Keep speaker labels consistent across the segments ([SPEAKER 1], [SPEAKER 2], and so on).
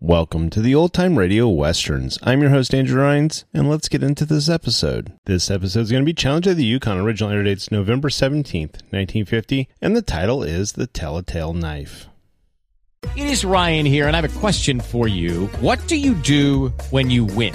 [SPEAKER 1] Welcome to the Old Time Radio Westerns. I'm your host, Andrew Rhines, and let's get into this episode. This episode is going to be Challenge of the Yukon. Original air dates November 17th, 1950, and the title is The Telltale Knife.
[SPEAKER 2] It is Ryan here, and I have a question for you. What do you do when you win?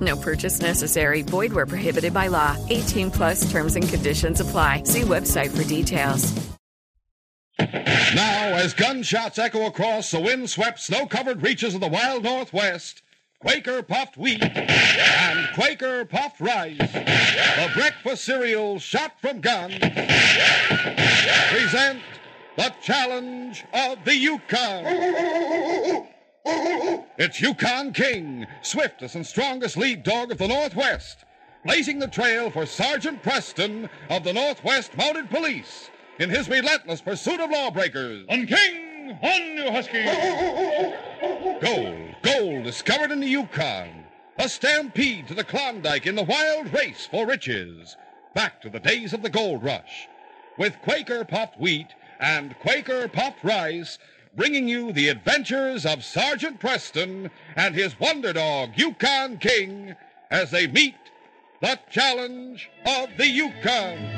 [SPEAKER 3] No purchase necessary. Void where prohibited by law. 18 plus terms and conditions apply. See website for details.
[SPEAKER 4] Now, as gunshots echo across the windswept, snow covered reaches of the wild Northwest, Quaker puffed wheat and Quaker puffed rice, the breakfast cereal shot from guns, present the challenge of the Yukon. It's Yukon King, swiftest and strongest lead dog of the Northwest, blazing the trail for Sergeant Preston of the Northwest Mounted Police in his relentless pursuit of lawbreakers.
[SPEAKER 5] On King, on you husky.
[SPEAKER 4] Gold, gold discovered in the Yukon. A stampede to the Klondike in the wild race for riches. Back to the days of the gold rush. With Quaker puffed wheat and Quaker puffed rice, bringing you the adventures of Sergeant Preston and his wonder dog, Yukon King, as they meet the challenge of the Yukon.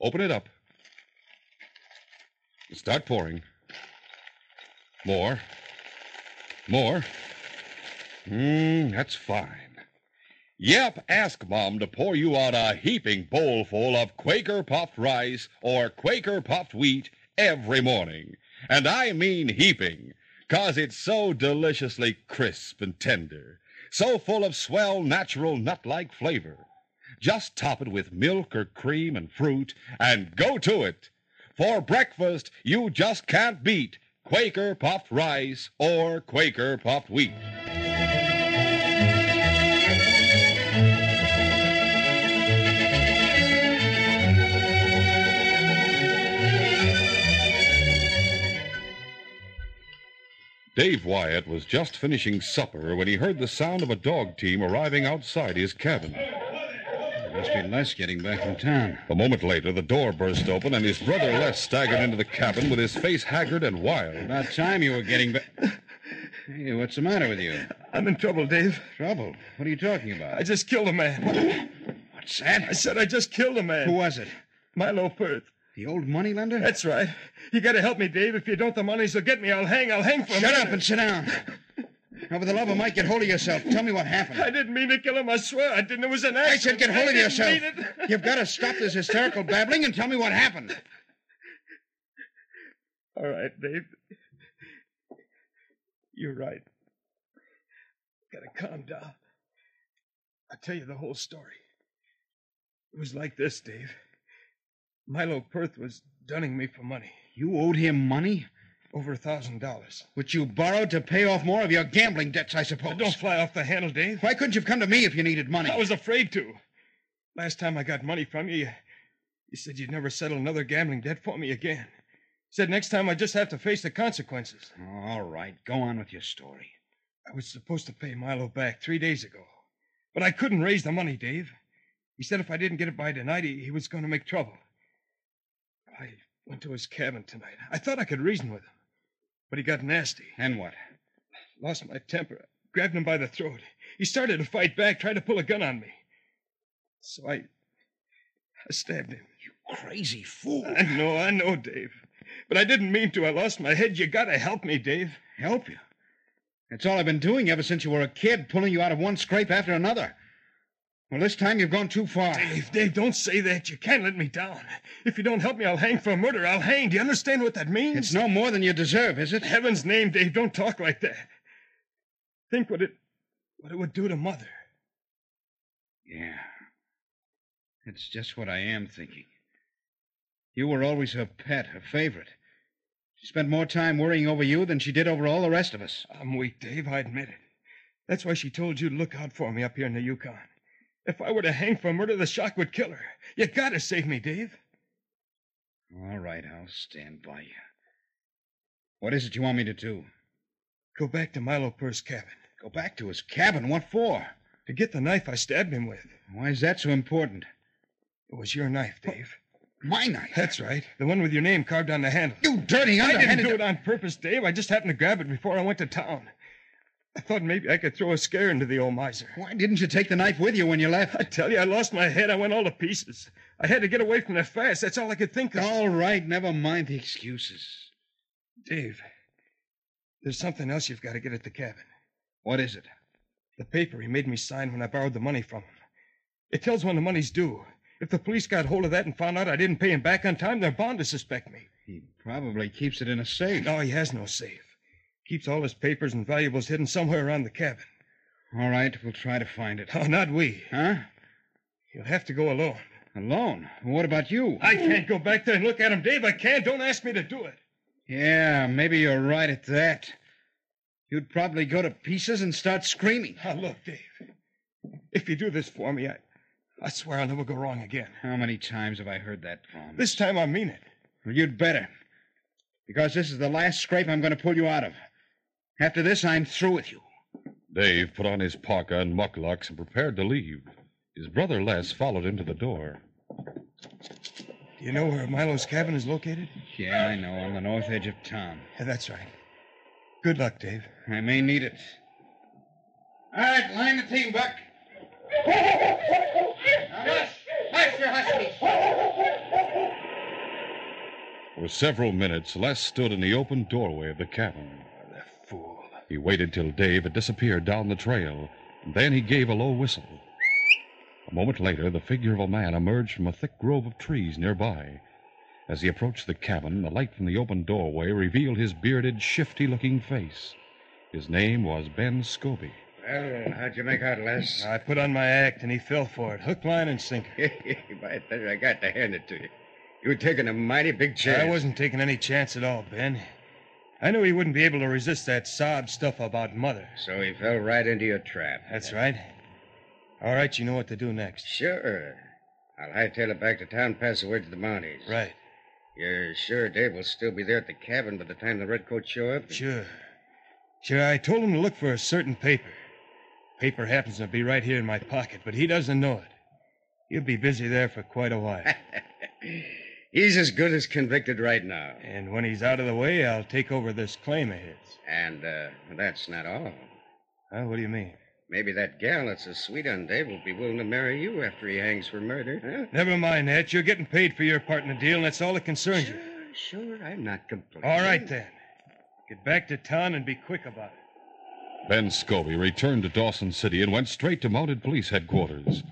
[SPEAKER 4] Open it up. Start pouring. More. More. Mmm, that's fine. Yep, ask Mom to pour you out a heaping bowlful of Quaker puffed rice or Quaker puffed wheat every morning. And I mean heaping, 'cause it's so deliciously crisp and tender, so full of swell natural nut like flavor. Just top it with milk or cream and fruit and go to it. For breakfast, you just can't beat Quaker puffed rice or Quaker puffed wheat. Dave Wyatt was just finishing supper when he heard the sound of a dog team arriving outside his cabin.
[SPEAKER 6] Must be Les getting back from town.
[SPEAKER 4] A moment later, the door burst open, and his brother Les staggered into the cabin with his face haggard and wild.
[SPEAKER 6] About time you were getting back. Hey, what's the matter with you?
[SPEAKER 5] I'm in trouble, Dave.
[SPEAKER 6] Trouble? What are you talking about?
[SPEAKER 5] I just killed a man.
[SPEAKER 6] What's that?
[SPEAKER 5] I said I just killed a man.
[SPEAKER 6] Who was it?
[SPEAKER 5] Milo Firth.
[SPEAKER 6] The old money lender?
[SPEAKER 5] That's right. You gotta help me, Dave. If you don't, the money's will get me. I'll hang. I'll hang for
[SPEAKER 6] Shut
[SPEAKER 5] a minute.
[SPEAKER 6] up and sit down. Now, for the love of Mike, get hold of yourself. Tell me what happened.
[SPEAKER 5] I didn't mean to kill him. I swear I didn't. It was an
[SPEAKER 6] I
[SPEAKER 5] accident.
[SPEAKER 6] said get hold of
[SPEAKER 5] didn't
[SPEAKER 6] yourself.
[SPEAKER 5] mean it.
[SPEAKER 6] You've got to stop this hysterical babbling and tell me what happened.
[SPEAKER 5] All right, Dave. You're right. Gotta calm down. I'll tell you the whole story. It was like this, Dave. Milo Perth was dunning me for money.
[SPEAKER 6] You owed him money?
[SPEAKER 5] Over a thousand dollars.
[SPEAKER 6] Which you borrowed to pay off more of your gambling debts, I suppose.
[SPEAKER 5] Don't fly off the handle, Dave.
[SPEAKER 6] Why couldn't you have come to me if you needed money?
[SPEAKER 5] I was afraid to. Last time I got money from you, you, you said you'd never settle another gambling debt for me again. Said next time I just have to face the consequences.
[SPEAKER 6] All right, go on with your story.
[SPEAKER 5] I was supposed to pay Milo back three days ago, but I couldn't raise the money, Dave. He said if I didn't get it by tonight, he, he was going to make trouble. I went to his cabin tonight. I thought I could reason with him, but he got nasty.
[SPEAKER 6] And what?
[SPEAKER 5] Lost my temper, grabbed him by the throat. He started to fight back, tried to pull a gun on me. So I. I stabbed him.
[SPEAKER 6] You crazy fool.
[SPEAKER 5] I know, I know, Dave. But I didn't mean to. I lost my head. You gotta help me, Dave.
[SPEAKER 6] Help you? That's all I've been doing ever since you were a kid, pulling you out of one scrape after another. Well, this time you've gone too far.
[SPEAKER 5] Dave, Dave, don't say that. You can't let me down. If you don't help me, I'll hang for murder. I'll hang. Do you understand what that means?
[SPEAKER 6] It's no more than you deserve, is it?
[SPEAKER 5] In heaven's name, Dave, don't talk like that. Think what it what it would do to mother.
[SPEAKER 6] Yeah. That's just what I am thinking. You were always her pet, her favorite. She spent more time worrying over you than she did over all the rest of us.
[SPEAKER 5] I'm weak, Dave, I admit it. That's why she told you to look out for me up here in the Yukon. If I were to hang for murder, the shock would kill her. You gotta save me, Dave.
[SPEAKER 6] All right, I'll stand by you. What is it you want me to do?
[SPEAKER 5] Go back to Milo Purse's cabin.
[SPEAKER 6] Go back to his cabin? What for?
[SPEAKER 5] To get the knife I stabbed him with.
[SPEAKER 6] Why is that so important?
[SPEAKER 5] It was your knife, Dave.
[SPEAKER 6] My knife.
[SPEAKER 5] That's right. The one with your name carved on the handle.
[SPEAKER 6] You dirty
[SPEAKER 5] I
[SPEAKER 6] underhanded.
[SPEAKER 5] didn't do it on purpose, Dave. I just happened to grab it before I went to town. I thought maybe I could throw a scare into the old miser.
[SPEAKER 6] Why didn't you take the knife with you when you left?
[SPEAKER 5] I tell you, I lost my head. I went all to pieces. I had to get away from there fast. That's all I could think of.
[SPEAKER 6] All right, never mind the excuses.
[SPEAKER 5] Dave, there's something else you've got to get at the cabin.
[SPEAKER 6] What is it?
[SPEAKER 5] The paper he made me sign when I borrowed the money from him. It tells when the money's due. If the police got hold of that and found out I didn't pay him back on time, they're bound to suspect me.
[SPEAKER 6] He probably keeps it in a safe.
[SPEAKER 5] No, he has no safe. Keeps all his papers and valuables hidden somewhere around the cabin.
[SPEAKER 6] All right, we'll try to find it.
[SPEAKER 5] Oh, not we.
[SPEAKER 6] Huh?
[SPEAKER 5] You'll have to go alone.
[SPEAKER 6] Alone? What about you?
[SPEAKER 5] I can't go back there and look at him, Dave. I can't. Don't ask me to do it.
[SPEAKER 6] Yeah, maybe you're right at that. You'd probably go to pieces and start screaming.
[SPEAKER 5] Now, look, Dave. If you do this for me, I, I swear I'll never go wrong again.
[SPEAKER 6] How many times have I heard that promise?
[SPEAKER 5] This time I mean it.
[SPEAKER 6] Well, you'd better. Because this is the last scrape I'm going to pull you out of. After this, I'm through with you.
[SPEAKER 4] Dave put on his parka and mucklucks and prepared to leave. His brother Les followed him to the door.
[SPEAKER 5] Do you know where Milo's cabin is located?
[SPEAKER 6] Yeah, I know, on the north edge of town.
[SPEAKER 5] Yeah, that's right. Good luck, Dave.
[SPEAKER 6] I may need it. All right, line the team, Buck. Now, hush! Hush your huskies!
[SPEAKER 4] For several minutes, Les stood in the open doorway of the cabin.
[SPEAKER 5] Oh, The fool.
[SPEAKER 4] He waited till Dave had disappeared down the trail, and then he gave a low whistle. A moment later, the figure of a man emerged from a thick grove of trees nearby. As he approached the cabin, the light from the open doorway revealed his bearded, shifty looking face. His name was Ben Scobie.
[SPEAKER 6] Well, how'd you make out, Les?
[SPEAKER 5] I put on my act and he fell for it. Hook, line, and sinker.
[SPEAKER 6] By thunder, I got to hand it to you. You were taking a mighty big chance.
[SPEAKER 5] I wasn't taking any chance at all, Ben. I knew he wouldn't be able to resist that sob stuff about mother.
[SPEAKER 6] So he fell right into your trap.
[SPEAKER 5] That's right. All right, you know what to do next.
[SPEAKER 6] Sure. I'll hightail it back to town, pass the word to the Mounties.
[SPEAKER 5] Right.
[SPEAKER 6] You're sure Dave will still be there at the cabin by the time the redcoats show up?
[SPEAKER 5] Sure. Sure, I told him to look for a certain paper. Paper happens to be right here in my pocket, but he doesn't know it. He'll be busy there for quite a while.
[SPEAKER 6] He's as good as convicted right now.
[SPEAKER 5] and when he's out of the way, I'll take over this claim of his.
[SPEAKER 6] And uh, that's not all.
[SPEAKER 5] Huh? What do you mean?
[SPEAKER 6] Maybe that gal that's so sweet on Dave will be willing to marry you after he hangs for murder, huh?
[SPEAKER 5] Never mind that. You're getting paid for your part in the deal, and that's all that concerns you.
[SPEAKER 6] Sure, sure, I'm not complaining.
[SPEAKER 5] All right, then. Get back to town and be quick about it.
[SPEAKER 4] Ben Scobie returned to Dawson City and went straight to mounted police headquarters.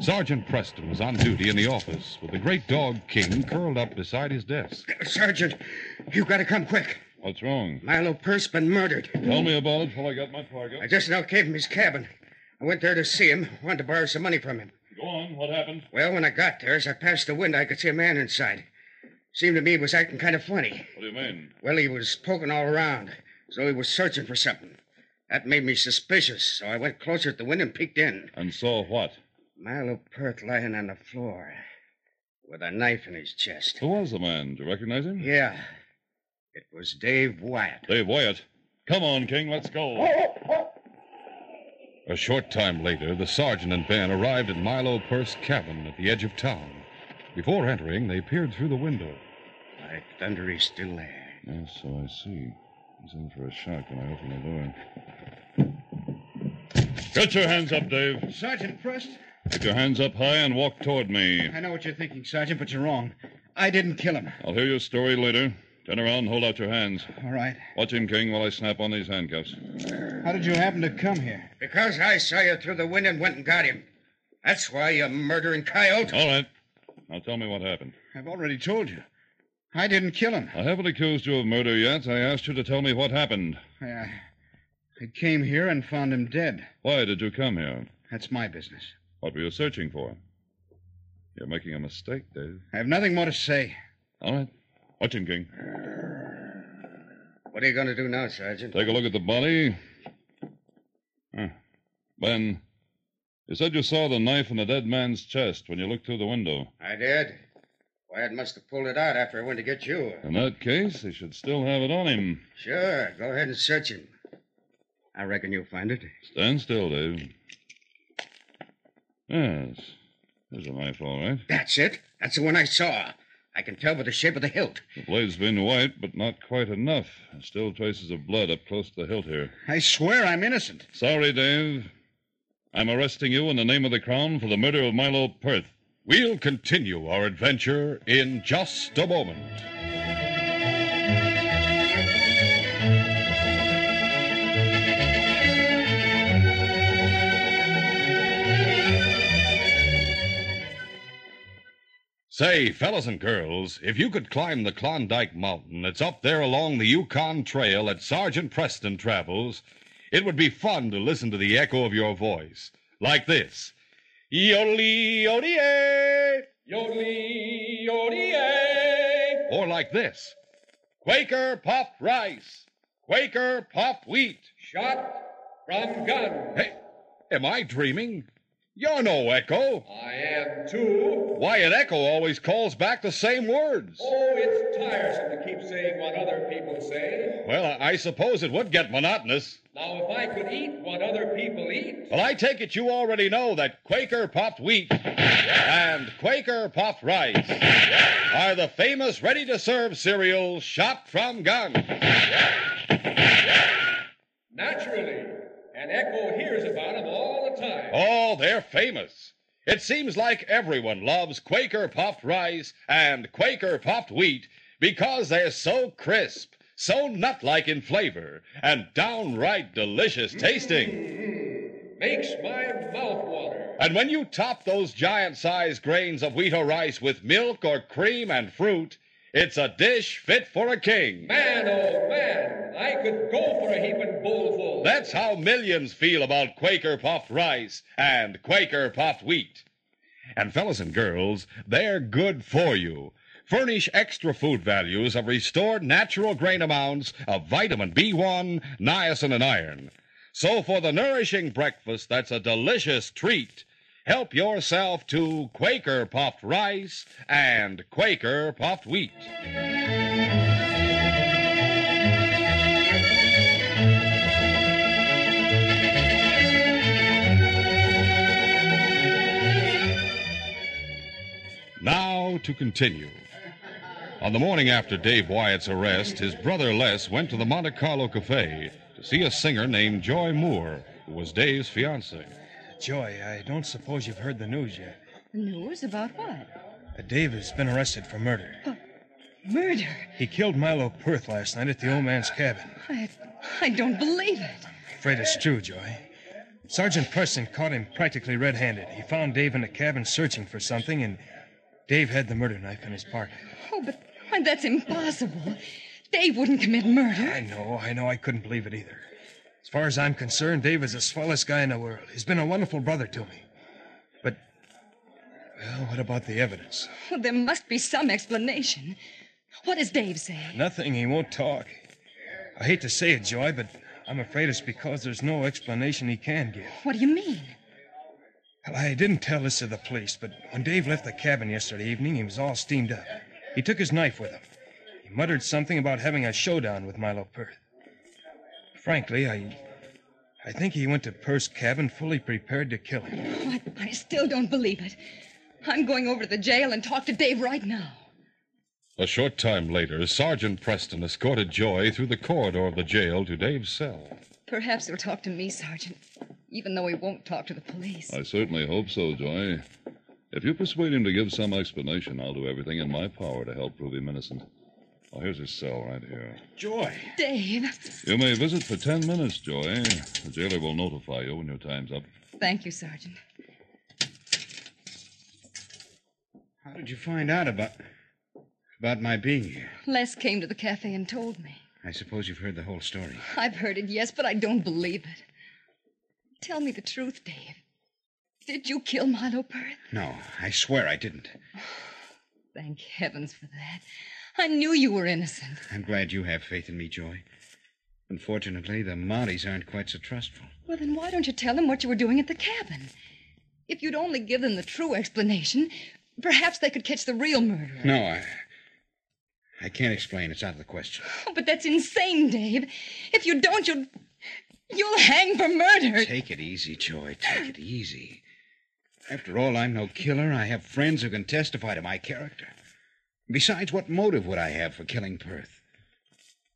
[SPEAKER 4] Sergeant Preston was on duty in the office with the great dog King curled up beside his desk.
[SPEAKER 7] Sergeant, you've got to come quick.
[SPEAKER 4] What's wrong?
[SPEAKER 7] Milo Purse been murdered.
[SPEAKER 4] Tell me about it till I got my cargo.
[SPEAKER 7] I just now gave him his cabin. I went there to see him. Wanted to borrow some money from him.
[SPEAKER 4] Go on. What happened?
[SPEAKER 7] Well, when I got there, as I passed the window, I could see a man inside. Seemed to me he was acting kind of funny.
[SPEAKER 4] What do you mean?
[SPEAKER 7] Well, he was poking all around, as though he was searching for something. That made me suspicious, so I went closer to the window and peeked in.
[SPEAKER 4] And saw what?
[SPEAKER 7] Milo Pert lying on the floor with a knife in his chest.
[SPEAKER 4] Who was the man? Do you recognize him?
[SPEAKER 7] Yeah. It was Dave Wyatt.
[SPEAKER 4] Dave Wyatt. Come on, King. Let's go. A short time later, the sergeant and Ben arrived at Milo Purse's cabin at the edge of town. Before entering, they peered through the window.
[SPEAKER 7] By thunder, he's still there.
[SPEAKER 4] Yes, so I see. He's in for a shock when I open the door. Get your hands up, Dave.
[SPEAKER 7] Sergeant Prest?
[SPEAKER 4] Put your hands up high and walk toward me.
[SPEAKER 7] I know what you're thinking, Sergeant, but you're wrong. I didn't kill him.
[SPEAKER 4] I'll hear your story later. Turn around and hold out your hands.
[SPEAKER 7] All right.
[SPEAKER 4] Watch him, King, while I snap on these handcuffs.
[SPEAKER 6] How did you happen to come here?
[SPEAKER 7] Because I saw you through the window and went and got him. That's why you murdering coyote.
[SPEAKER 4] All right. Now tell me what happened.
[SPEAKER 6] I've already told you. I didn't kill him.
[SPEAKER 4] I haven't accused you of murder yet. I asked you to tell me what happened.
[SPEAKER 6] I, uh, I came here and found him dead.
[SPEAKER 4] Why did you come here?
[SPEAKER 6] That's my business.
[SPEAKER 4] What were you searching for? You're making a mistake, Dave.
[SPEAKER 6] I have nothing more to say.
[SPEAKER 4] All right. Watch him, King.
[SPEAKER 7] What are you going to do now, Sergeant?
[SPEAKER 4] Take a look at the body. Huh. Ben, you said you saw the knife in the dead man's chest when you looked through the window.
[SPEAKER 7] I did. Wyatt must have pulled it out after I went to get you.
[SPEAKER 4] In that case, he should still have it on him.
[SPEAKER 7] Sure. Go ahead and search him. I reckon you'll find it.
[SPEAKER 4] Stand still, Dave. Yes. There's a knife, all right.
[SPEAKER 7] That's it. That's the one I saw. I can tell by the shape of the hilt.
[SPEAKER 4] The blade's been white, but not quite enough. There's still traces of blood up close to the hilt here.
[SPEAKER 6] I swear I'm innocent.
[SPEAKER 4] Sorry, Dave. I'm arresting you in the name of the Crown for the murder of Milo Perth. We'll continue our adventure in just a moment. Say, fellas and girls, if you could climb the Klondike Mountain that's up there along the Yukon Trail that Sergeant Preston travels, it would be fun to listen to the echo of your voice, like this. Yodely, yodely,
[SPEAKER 8] eh.
[SPEAKER 4] yodely, yodely. Or like this. Quaker puffed rice, Quaker puffed wheat.
[SPEAKER 8] Shot from gun.
[SPEAKER 4] Hey, am I dreaming? You're no echo.
[SPEAKER 8] I am too.
[SPEAKER 4] Why, an echo always calls back the same words.
[SPEAKER 8] Oh, it's tiresome to keep saying what other people say.
[SPEAKER 4] Well, I, I suppose it would get monotonous.
[SPEAKER 8] Now, if I could eat what other people eat.
[SPEAKER 4] Well, I take it you already know that Quaker puffed wheat yeah. and Quaker puffed rice yeah. are the famous ready to serve cereals shot from gun. Yeah.
[SPEAKER 8] Naturally. And Echo hears about them all the time.
[SPEAKER 4] Oh, they're famous. It seems like everyone loves Quaker puffed rice and Quaker puffed wheat because they're so crisp, so nut like in flavor, and downright delicious tasting.
[SPEAKER 8] Mm-hmm. Makes my mouth water.
[SPEAKER 4] And when you top those giant sized grains of wheat or rice with milk or cream and fruit, it's a dish fit for a king.
[SPEAKER 8] Man, oh man, I could go for a heaping bowlful.
[SPEAKER 4] That's how millions feel about Quaker puffed rice and Quaker puffed wheat. And fellas and girls, they're good for you. Furnish extra food values of restored natural grain amounts of vitamin B1, niacin, and iron. So for the nourishing breakfast that's a delicious treat, Help yourself to Quaker puffed rice and Quaker puffed wheat. Now to continue. On the morning after Dave Wyatt's arrest, his brother Les went to the Monte Carlo Cafe to see a singer named Joy Moore, who was Dave's fiancée.
[SPEAKER 5] Joy, I don't suppose you've heard the news yet.
[SPEAKER 9] The news about what?
[SPEAKER 5] Uh, Dave has been arrested for murder.
[SPEAKER 9] Oh, murder?
[SPEAKER 5] He killed Milo Perth last night at the old man's cabin.
[SPEAKER 9] I, I don't believe it.
[SPEAKER 5] afraid it's true, Joy. Sergeant Preston caught him practically red handed. He found Dave in the cabin searching for something, and Dave had the murder knife in his pocket.
[SPEAKER 9] Oh, but why, that's impossible. Dave wouldn't commit murder.
[SPEAKER 5] I know, I know, I couldn't believe it either. As far as I'm concerned, Dave is the swellest guy in the world. He's been a wonderful brother to me. But, well, what about the evidence?
[SPEAKER 9] Well, there must be some explanation. What does Dave say?
[SPEAKER 5] Nothing, he won't talk. I hate to say it, Joy, but I'm afraid it's because there's no explanation he can give.
[SPEAKER 9] What do you mean?
[SPEAKER 5] Well, I didn't tell this to the police, but when Dave left the cabin yesterday evening, he was all steamed up. He took his knife with him. He muttered something about having a showdown with Milo Perth. Frankly, I. I think he went to Perth's cabin fully prepared to kill him.
[SPEAKER 9] Oh, I, I still don't believe it. I'm going over to the jail and talk to Dave right now.
[SPEAKER 4] A short time later, Sergeant Preston escorted Joy through the corridor of the jail to Dave's cell.
[SPEAKER 9] Perhaps he'll talk to me, Sergeant, even though he won't talk to the police.
[SPEAKER 10] I certainly hope so, Joy. If you persuade him to give some explanation, I'll do everything in my power to help prove him innocent. Oh, here's his cell right here.
[SPEAKER 4] Joy!
[SPEAKER 9] Dave,
[SPEAKER 10] You may visit for ten minutes, Joy. The jailer will notify you when your time's up.
[SPEAKER 9] thank you, Sergeant.
[SPEAKER 6] How did you find out about about my being here?
[SPEAKER 9] Les came to the cafe and told me.
[SPEAKER 6] I suppose you've heard the whole story.
[SPEAKER 9] I've heard it, yes, but I don't believe it. Tell me the truth, Dave. Did you kill Milo Perth?
[SPEAKER 6] No, I swear I didn't.
[SPEAKER 9] Thank heavens for that. I knew you were innocent.
[SPEAKER 6] I'm glad you have faith in me, Joy. Unfortunately, the Mahdi's aren't quite so trustful.
[SPEAKER 9] Well, then why don't you tell them what you were doing at the cabin? If you'd only give them the true explanation, perhaps they could catch the real murderer.
[SPEAKER 6] No, I. I can't explain. It's out of the question.
[SPEAKER 9] Oh, but that's insane, Dave. If you don't, you'll. You'll hang for murder.
[SPEAKER 6] Take it easy, Joy. Take it easy. After all, I'm no killer. I have friends who can testify to my character. Besides, what motive would I have for killing Perth?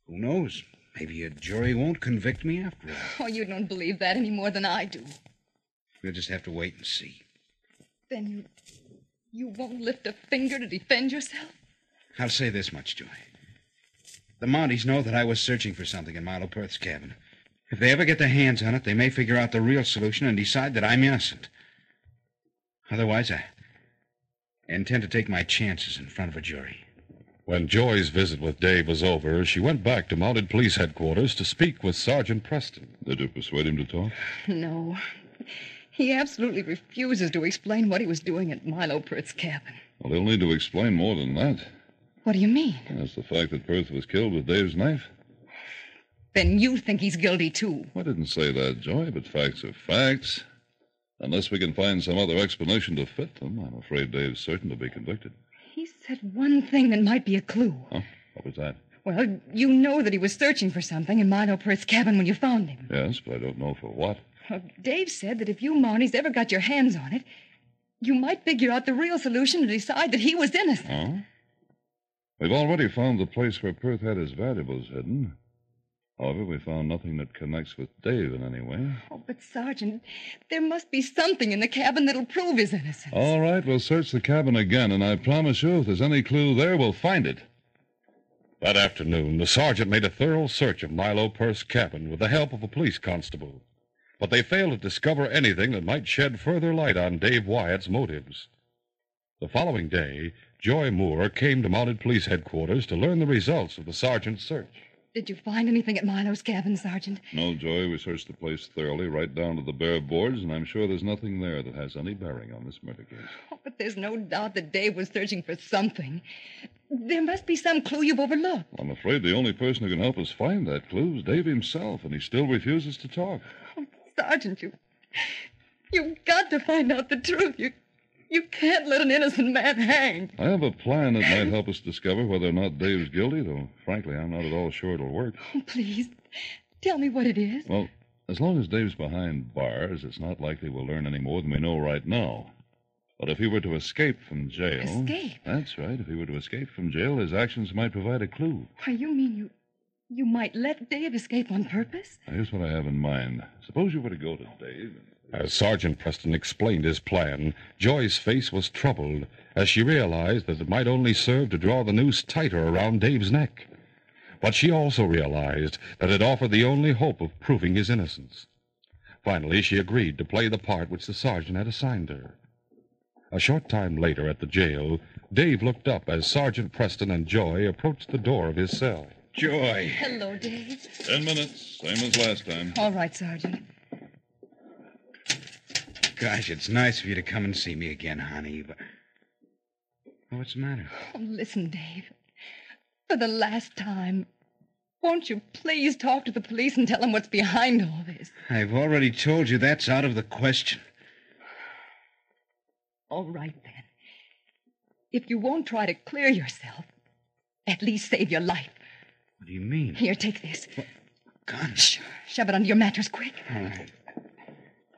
[SPEAKER 6] Who knows? Maybe a jury won't convict me after all.
[SPEAKER 9] Oh, you don't believe that any more than I do.
[SPEAKER 6] We'll just have to wait and see.
[SPEAKER 9] Then you. You won't lift a finger to defend yourself?
[SPEAKER 6] I'll say this much, Joy. The Monties know that I was searching for something in Milo Perth's cabin. If they ever get their hands on it, they may figure out the real solution and decide that I'm innocent. Otherwise, I intend to take my chances in front of a jury.
[SPEAKER 4] When Joy's visit with Dave was over, she went back to Mounted Police Headquarters to speak with Sergeant Preston.
[SPEAKER 10] Did you persuade him to talk?
[SPEAKER 9] No. He absolutely refuses to explain what he was doing at Milo Perth's cabin.
[SPEAKER 10] Well, he'll need to explain more than that.
[SPEAKER 9] What do you mean?
[SPEAKER 10] That's the fact that Perth was killed with Dave's knife.
[SPEAKER 9] Then you think he's guilty, too.
[SPEAKER 10] I didn't say that, Joy, but facts are facts. Unless we can find some other explanation to fit them, I'm afraid Dave's certain to be convicted.
[SPEAKER 9] He said one thing that might be a clue.
[SPEAKER 10] What was that?
[SPEAKER 9] Well, you know that he was searching for something in Milo Perth's cabin when you found him.
[SPEAKER 10] Yes, but I don't know for what.
[SPEAKER 9] Well, Dave said that if you Marnies ever got your hands on it, you might figure out the real solution and decide that he was innocent.
[SPEAKER 10] Huh? We've already found the place where Perth had his valuables hidden. However, we found nothing that connects with Dave in any way.
[SPEAKER 9] Oh, but Sergeant, there must be something in the cabin that'll prove his innocence.
[SPEAKER 10] All right, we'll search the cabin again, and I promise you, if there's any clue there, we'll find it.
[SPEAKER 4] That afternoon, the sergeant made a thorough search of Milo Purse's cabin with the help of a police constable. But they failed to discover anything that might shed further light on Dave Wyatt's motives. The following day, Joy Moore came to Mounted Police Headquarters to learn the results of the sergeant's search.
[SPEAKER 9] Did you find anything at Milo's cabin, Sergeant?
[SPEAKER 10] No, Joy, we searched the place thoroughly, right down to the bare boards, and I'm sure there's nothing there that has any bearing on this murder case.
[SPEAKER 9] Oh, but there's no doubt that Dave was searching for something. There must be some clue you've overlooked.
[SPEAKER 10] I'm afraid the only person who can help us find that clue is Dave himself, and he still refuses to talk.
[SPEAKER 9] Sergeant, you. You've got to find out the truth. You. You can't let an innocent man hang.
[SPEAKER 10] I have a plan that might help us discover whether or not Dave's guilty, though, frankly, I'm not at all sure it'll work.
[SPEAKER 9] Oh, please, tell me what it is.
[SPEAKER 10] Well, as long as Dave's behind bars, it's not likely we'll learn any more than we know right now. But if he were to escape from jail.
[SPEAKER 9] Escape?
[SPEAKER 10] That's right. If he were to escape from jail, his actions might provide a clue.
[SPEAKER 9] Why, you mean you. You might let Dave escape on purpose?
[SPEAKER 10] Now, here's what I have in mind. Suppose you were to go to Dave.
[SPEAKER 4] As Sergeant Preston explained his plan, Joy's face was troubled as she realized that it might only serve to draw the noose tighter around Dave's neck. But she also realized that it offered the only hope of proving his innocence. Finally, she agreed to play the part which the sergeant had assigned her. A short time later at the jail, Dave looked up as Sergeant Preston and Joy approached the door of his cell.
[SPEAKER 6] Joy.
[SPEAKER 9] Hello, Dave.
[SPEAKER 10] Ten minutes, same as last time.
[SPEAKER 9] All right, Sergeant.
[SPEAKER 6] Gosh, it's nice of you to come and see me again, honey, but. What's the matter?
[SPEAKER 9] Oh, listen, Dave. For the last time, won't you please talk to the police and tell them what's behind all this?
[SPEAKER 6] I've already told you that's out of the question.
[SPEAKER 9] All right, then. If you won't try to clear yourself, at least save your life.
[SPEAKER 6] What do you mean?
[SPEAKER 9] Here, take this.
[SPEAKER 6] Gun.
[SPEAKER 9] Sh- shove it under your mattress quick.
[SPEAKER 6] All right.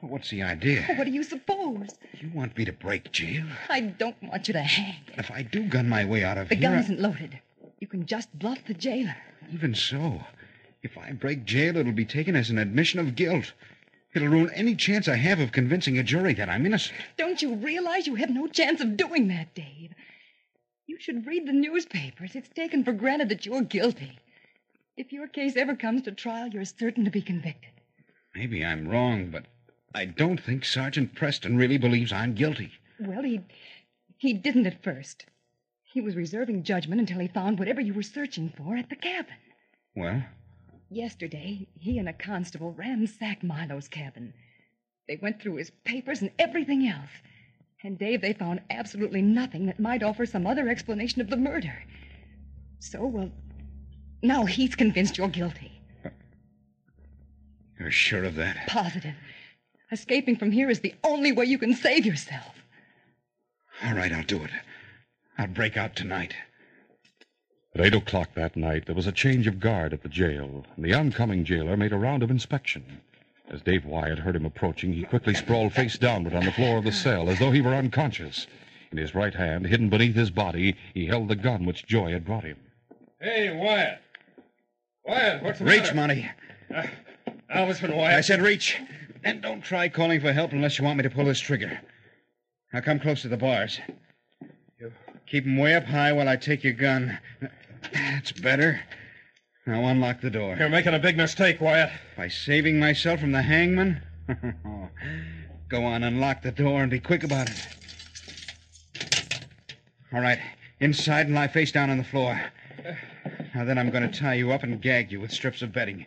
[SPEAKER 6] What's the idea?
[SPEAKER 9] Oh, what do you suppose?
[SPEAKER 6] You want me to break jail?
[SPEAKER 9] I don't want you to hang.
[SPEAKER 6] If I do gun my way out of
[SPEAKER 9] The
[SPEAKER 6] here.
[SPEAKER 9] gun
[SPEAKER 6] I-
[SPEAKER 9] isn't loaded. You can just bluff the jailer.
[SPEAKER 6] Even so, if I break jail, it'll be taken as an admission of guilt. It'll ruin any chance I have of convincing a jury that I'm innocent.
[SPEAKER 9] Don't you realize you have no chance of doing that, Dave? You should read the newspapers. It's taken for granted that you're guilty. If your case ever comes to trial, you're certain to be convicted.
[SPEAKER 6] Maybe I'm wrong, but I don't think Sergeant Preston really believes I'm guilty.
[SPEAKER 9] Well, he he didn't at first. He was reserving judgment until he found whatever you were searching for at the cabin.
[SPEAKER 6] Well,
[SPEAKER 9] Yesterday, he and a constable ransacked Milo's cabin. They went through his papers and everything else. And Dave, they found absolutely nothing that might offer some other explanation of the murder. So, well, now he's convinced you're guilty.
[SPEAKER 6] you're sure of that?
[SPEAKER 9] Positive. Escaping from here is the only way you can save yourself.
[SPEAKER 6] All right, I'll do it. I'll break out tonight.
[SPEAKER 4] At eight o'clock that night, there was a change of guard at the jail, and the oncoming jailer made a round of inspection. As Dave Wyatt heard him approaching, he quickly sprawled face downward on the floor of the cell as though he were unconscious. In his right hand, hidden beneath his body, he held the gun which Joy had brought him.
[SPEAKER 5] Hey, Wyatt. Wyatt, what's the
[SPEAKER 6] Reach,
[SPEAKER 5] matter?
[SPEAKER 6] Monty.
[SPEAKER 5] Now, listen, Wyatt.
[SPEAKER 6] I said reach. And don't try calling for help unless you want me to pull this trigger. Now come close to the bars.
[SPEAKER 5] You-
[SPEAKER 6] Keep 'em way up high while I take your gun. That's better. Now unlock the door.
[SPEAKER 5] You're making a big mistake, Wyatt.
[SPEAKER 6] By saving myself from the hangman? Go on, unlock the door and be quick about it. All right, inside and lie face down on the floor. Now then, I'm going to tie you up and gag you with strips of bedding.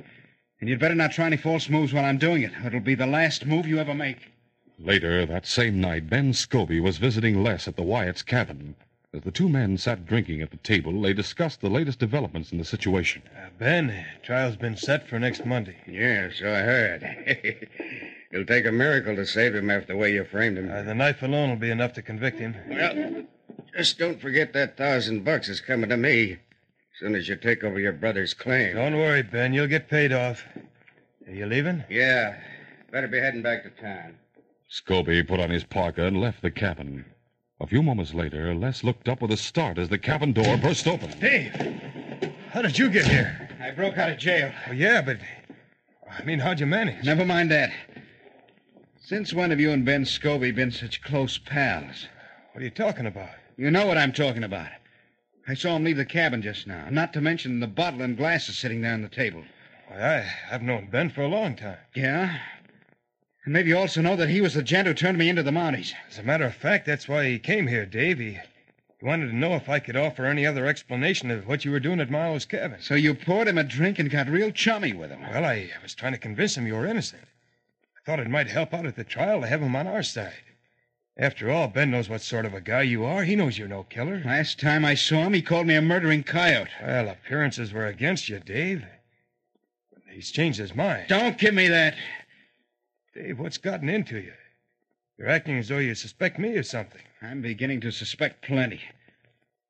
[SPEAKER 6] And you'd better not try any false moves while I'm doing it. It'll be the last move you ever make.
[SPEAKER 4] Later that same night, Ben Scobie was visiting Les at the Wyatt's cabin. As the two men sat drinking at the table, they discussed the latest developments in the situation.
[SPEAKER 5] Ben, trial's been set for next Monday.
[SPEAKER 6] Yes, I heard. It'll take a miracle to save him after the way you framed him.
[SPEAKER 5] Uh, the knife alone will be enough to convict him.
[SPEAKER 6] Well,
[SPEAKER 7] Just don't forget that thousand bucks is coming to me as soon as you take over your brother's claim.
[SPEAKER 5] Don't worry, Ben. You'll get paid off. Are you leaving?
[SPEAKER 7] Yeah. Better be heading back to town.
[SPEAKER 4] Scobie put on his parka and left the cabin. A few moments later, Les looked up with a start as the cabin door burst open.
[SPEAKER 5] Dave, how did you get here?
[SPEAKER 6] I broke out of jail.
[SPEAKER 5] Oh, yeah, but. I mean, how'd you manage?
[SPEAKER 6] Never mind that. Since when have you and Ben Scobie been such close pals?
[SPEAKER 5] What are you talking about?
[SPEAKER 6] You know what I'm talking about. I saw him leave the cabin just now, not to mention the bottle and glasses sitting there on the table.
[SPEAKER 5] Why, I, I've known Ben for a long time.
[SPEAKER 6] Yeah? And maybe you also know that he was the gent who turned me into the Mounties.
[SPEAKER 5] As a matter of fact, that's why he came here, Dave. He, he wanted to know if I could offer any other explanation of what you were doing at Milo's cabin.
[SPEAKER 6] So you poured him a drink and got real chummy with him.
[SPEAKER 5] Well, I, I was trying to convince him you were innocent. I thought it might help out at the trial to have him on our side. After all, Ben knows what sort of a guy you are. He knows you're no killer.
[SPEAKER 6] Last time I saw him, he called me a murdering coyote.
[SPEAKER 5] Well, appearances were against you, Dave. He's changed his mind.
[SPEAKER 6] Don't give me that.
[SPEAKER 5] Dave, what's gotten into you? You're acting as though you suspect me of something.
[SPEAKER 6] I'm beginning to suspect plenty.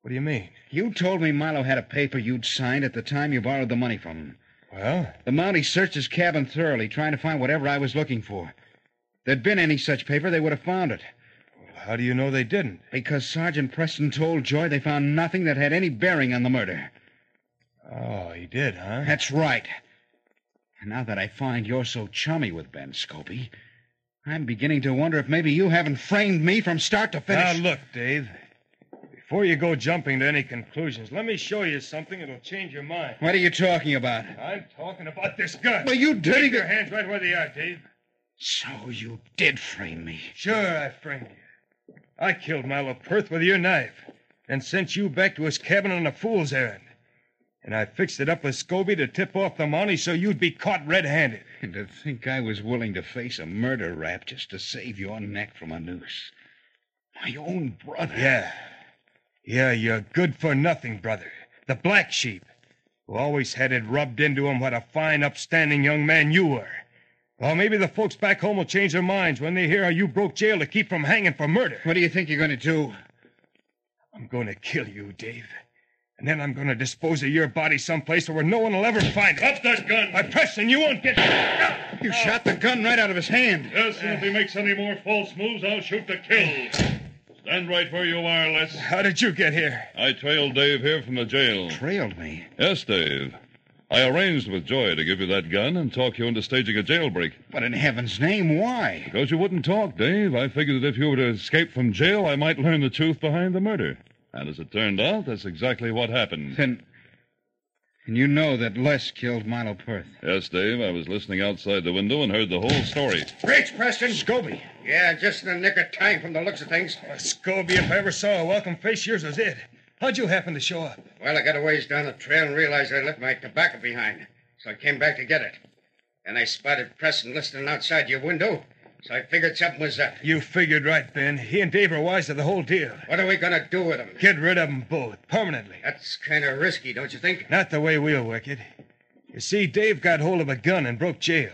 [SPEAKER 5] What do you mean?
[SPEAKER 6] You told me Milo had a paper you'd signed at the time you borrowed the money from him.
[SPEAKER 5] Well,
[SPEAKER 6] The Mounties searched his cabin thoroughly, trying to find whatever I was looking for. If there'd been any such paper, they would have found it.
[SPEAKER 5] how do you know they didn't?
[SPEAKER 6] Because Sergeant Preston told Joy they found nothing that had any bearing on the murder.
[SPEAKER 5] Oh, he did, huh?
[SPEAKER 6] That's right. And now that I find you're so chummy with Ben Scobie, I'm beginning to wonder if maybe you haven't framed me from start to finish.
[SPEAKER 5] Now, look, Dave. Before you go jumping to any conclusions, let me show you something that'll change your mind.
[SPEAKER 6] What are you talking about?
[SPEAKER 5] I'm talking about this gun.
[SPEAKER 6] Well, you dirty-
[SPEAKER 5] Keep your hands right where they are, Dave.
[SPEAKER 6] So you did frame me.
[SPEAKER 5] Sure, I framed you. I killed Milo Perth with your knife and sent you back to his cabin on a fool's errand. And I fixed it up with Scobie to tip off the Monty so you'd be caught red handed.
[SPEAKER 6] And to think I was willing to face a murder rap just to save your neck from a noose. My own brother.
[SPEAKER 5] Yeah. Yeah, you're good for nothing, brother. The black sheep, who always had it rubbed into him what a fine, upstanding young man you were. Well, maybe the folks back home will change their minds when they hear how you broke jail to keep from hanging for murder.
[SPEAKER 6] What do you think you're going to do?
[SPEAKER 5] I'm going to kill you, Dave. And then I'm going to dispose of your body someplace where no one will ever find it.
[SPEAKER 11] Drop that gun.
[SPEAKER 5] By pressing, you won't get.
[SPEAKER 6] You shot the gun right out of his hand.
[SPEAKER 11] Yes, and if he makes any more false moves, I'll shoot to kill. Stand right where you are, Les.
[SPEAKER 5] How did you get here?
[SPEAKER 10] I trailed Dave here from the jail.
[SPEAKER 6] Trailed me?
[SPEAKER 10] Yes, Dave. I arranged with Joy to give you that gun and talk you into staging a jailbreak.
[SPEAKER 6] But in heaven's name, why?
[SPEAKER 10] Because you wouldn't talk, Dave. I figured that if you were to escape from jail, I might learn the truth behind the murder. And as it turned out, that's exactly what happened.
[SPEAKER 6] Then. And you know that Les killed Milo Perth.
[SPEAKER 10] Yes, Dave, I was listening outside the window and heard the whole story.
[SPEAKER 7] Reach, Preston.
[SPEAKER 6] Scobie.
[SPEAKER 7] Yeah, just in the nick of time from the looks of things.
[SPEAKER 5] Scobie, if I ever saw a welcome face, yours was it. How'd you happen to show up?
[SPEAKER 7] Well, I got a ways down the trail and realized I left my tobacco behind, so I came back to get it. Then I spotted Preston listening outside your window, so I figured something was up.
[SPEAKER 5] You figured right, Ben. He and Dave are wise to the whole deal.
[SPEAKER 7] What are we going to do with him?
[SPEAKER 5] Get rid of 'em both, permanently.
[SPEAKER 7] That's kind of risky, don't you think?
[SPEAKER 5] Not the way we'll work it. You see, Dave got hold of a gun and broke jail.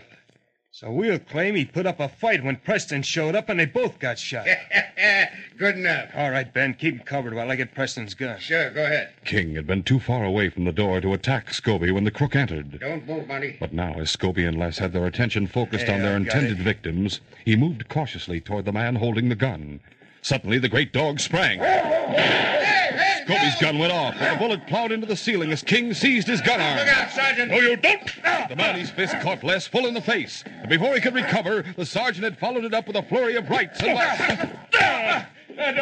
[SPEAKER 5] So we'll claim he put up a fight when Preston showed up and they both got shot.
[SPEAKER 7] Good enough.
[SPEAKER 5] All right, Ben, keep 'em covered while I get Preston's gun.
[SPEAKER 7] Sure, go ahead.
[SPEAKER 4] King had been too far away from the door to attack Scobie when the crook entered.
[SPEAKER 7] Don't move, Monty.
[SPEAKER 4] But now, as Scobie and Les had their attention focused
[SPEAKER 5] Hey,
[SPEAKER 4] on their
[SPEAKER 5] I got
[SPEAKER 4] intended
[SPEAKER 5] it.
[SPEAKER 4] victims, he moved cautiously toward the man holding the gun. Suddenly, the great dog sprang. Scobie's gun went off, and the bullet plowed into the ceiling as King seized his gun arm.
[SPEAKER 7] Look out, Sergeant.
[SPEAKER 4] No, you don't! The bounty's fist caught Les full in the face, and before he could recover, the sergeant had followed it up with a flurry of rights and lefts.
[SPEAKER 5] Ah, don't,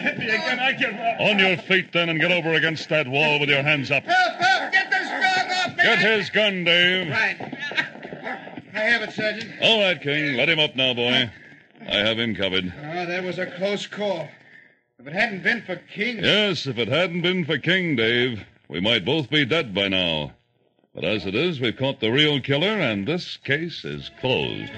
[SPEAKER 5] hit me again. I give up.
[SPEAKER 10] On your feet, then, and get over against that wall with your hands up.
[SPEAKER 7] Help, help! Get this dog off me!
[SPEAKER 10] Get his gun, Dave.
[SPEAKER 7] Right. I have it, Sergeant.
[SPEAKER 10] All right, King. Let him up now, boy. I have him covered.
[SPEAKER 6] Oh, that was a close call. If it hadn't been for King.
[SPEAKER 10] Yes, if it hadn't been for King, Dave, we might both be dead by now. But as it is, we've caught the real killer, and this case is closed.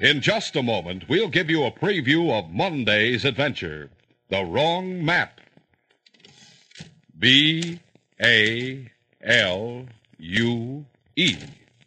[SPEAKER 4] In just a moment, we'll give you a preview of Monday's adventure The Wrong Map. B A L U E.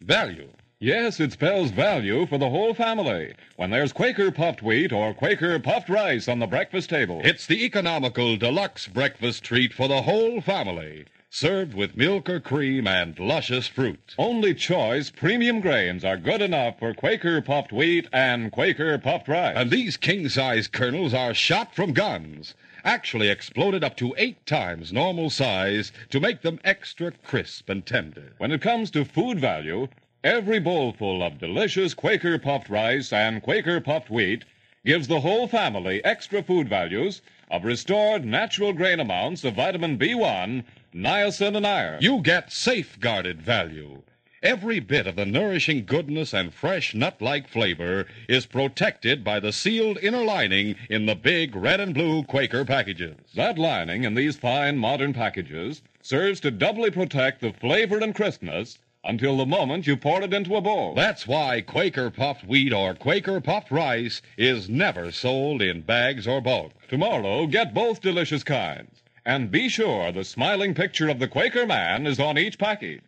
[SPEAKER 4] Value. Yes, it spells value for the whole family. When there's Quaker puffed wheat or Quaker puffed rice on the breakfast table, it's the economical deluxe breakfast treat for the whole family. Served with milk or cream and luscious fruit. Only choice premium grains are good enough for Quaker puffed wheat and Quaker puffed rice. And these king size kernels are shot from guns actually exploded up to eight times normal size to make them extra crisp and tender. When it comes to food value, every bowlful of delicious Quaker puffed rice and Quaker puffed wheat gives the whole family extra food values of restored natural grain amounts of vitamin B1, niacin, and iron. You get safeguarded value. Every bit of the nourishing goodness and fresh nut like flavor is protected by the sealed inner lining in the big red and blue Quaker packages. That lining in these fine modern packages serves to doubly protect the flavor and crispness until the moment you pour it into a bowl. That's why Quaker puffed wheat or Quaker puffed rice is never sold in bags or bulk. Tomorrow, get both delicious kinds. And be sure the smiling picture of the Quaker man is on each package.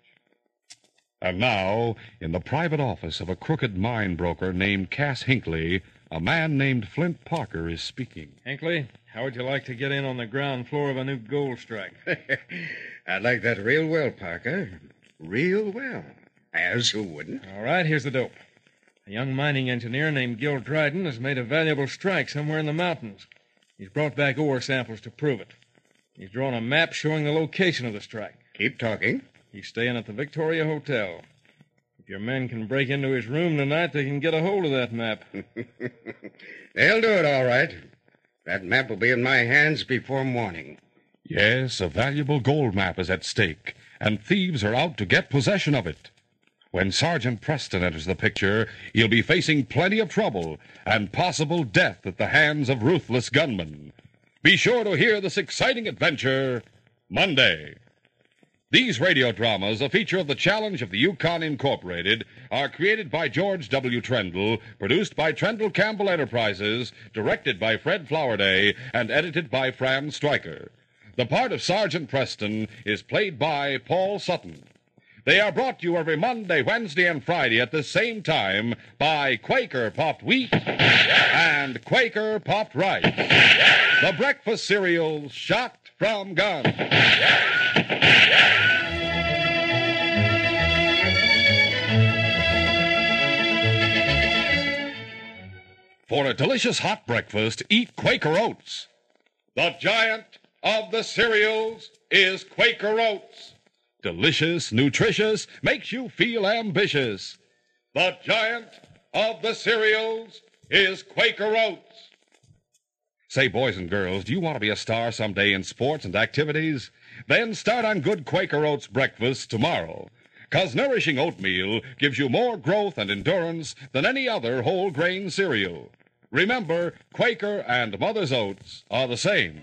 [SPEAKER 4] And now, in the private office of a crooked mine broker named Cass Hinckley, a man named Flint Parker is speaking.
[SPEAKER 12] Hinkley, how would you like to get in on the ground floor of a new gold strike?
[SPEAKER 7] I like that real well, Parker. Real well. As who wouldn't?
[SPEAKER 12] All right, here's the dope. A young mining engineer named Gil Dryden has made a valuable strike somewhere in the mountains. He's brought back ore samples to prove it. He's drawn a map showing the location of the strike.
[SPEAKER 7] Keep talking.
[SPEAKER 12] He's staying at the Victoria Hotel. If your men can break into his room tonight, they can get a hold of that map.
[SPEAKER 7] They'll do it all right. That map will be in my hands before morning.
[SPEAKER 4] Yes, a valuable gold map is at stake, and thieves are out to get possession of it. When Sergeant Preston enters the picture, he'll be facing plenty of trouble and possible death at the hands of ruthless gunmen. Be sure to hear this exciting adventure Monday. These radio dramas, a feature of the Challenge of the Yukon Incorporated, are created by George W. Trendle, produced by Trendle Campbell Enterprises, directed by Fred Flowerday, and edited by Fran Stryker. The part of Sergeant Preston is played by Paul Sutton. They are brought to you every Monday, Wednesday, and Friday at the same time by Quaker Popped Wheat and Quaker Popped Rice. The breakfast cereal shot from guns. For a delicious hot breakfast, eat Quaker Oats. The giant of the cereals is Quaker Oats. Delicious, nutritious, makes you feel ambitious. The giant of the cereals is Quaker Oats. Say, boys and girls, do you want to be a star someday in sports and activities? Then start on good Quaker Oats breakfast tomorrow. Because nourishing oatmeal gives you more growth and endurance than any other whole grain cereal. Remember, Quaker and Mother's Oats are the same.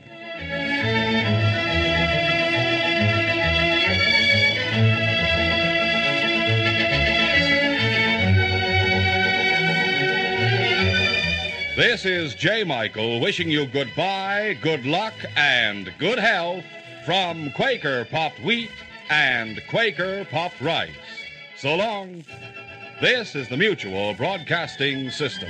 [SPEAKER 4] This is J. Michael wishing you goodbye, good luck, and good health from Quaker Popped Wheat and Quaker Popped Rice. So long. This is the Mutual Broadcasting System.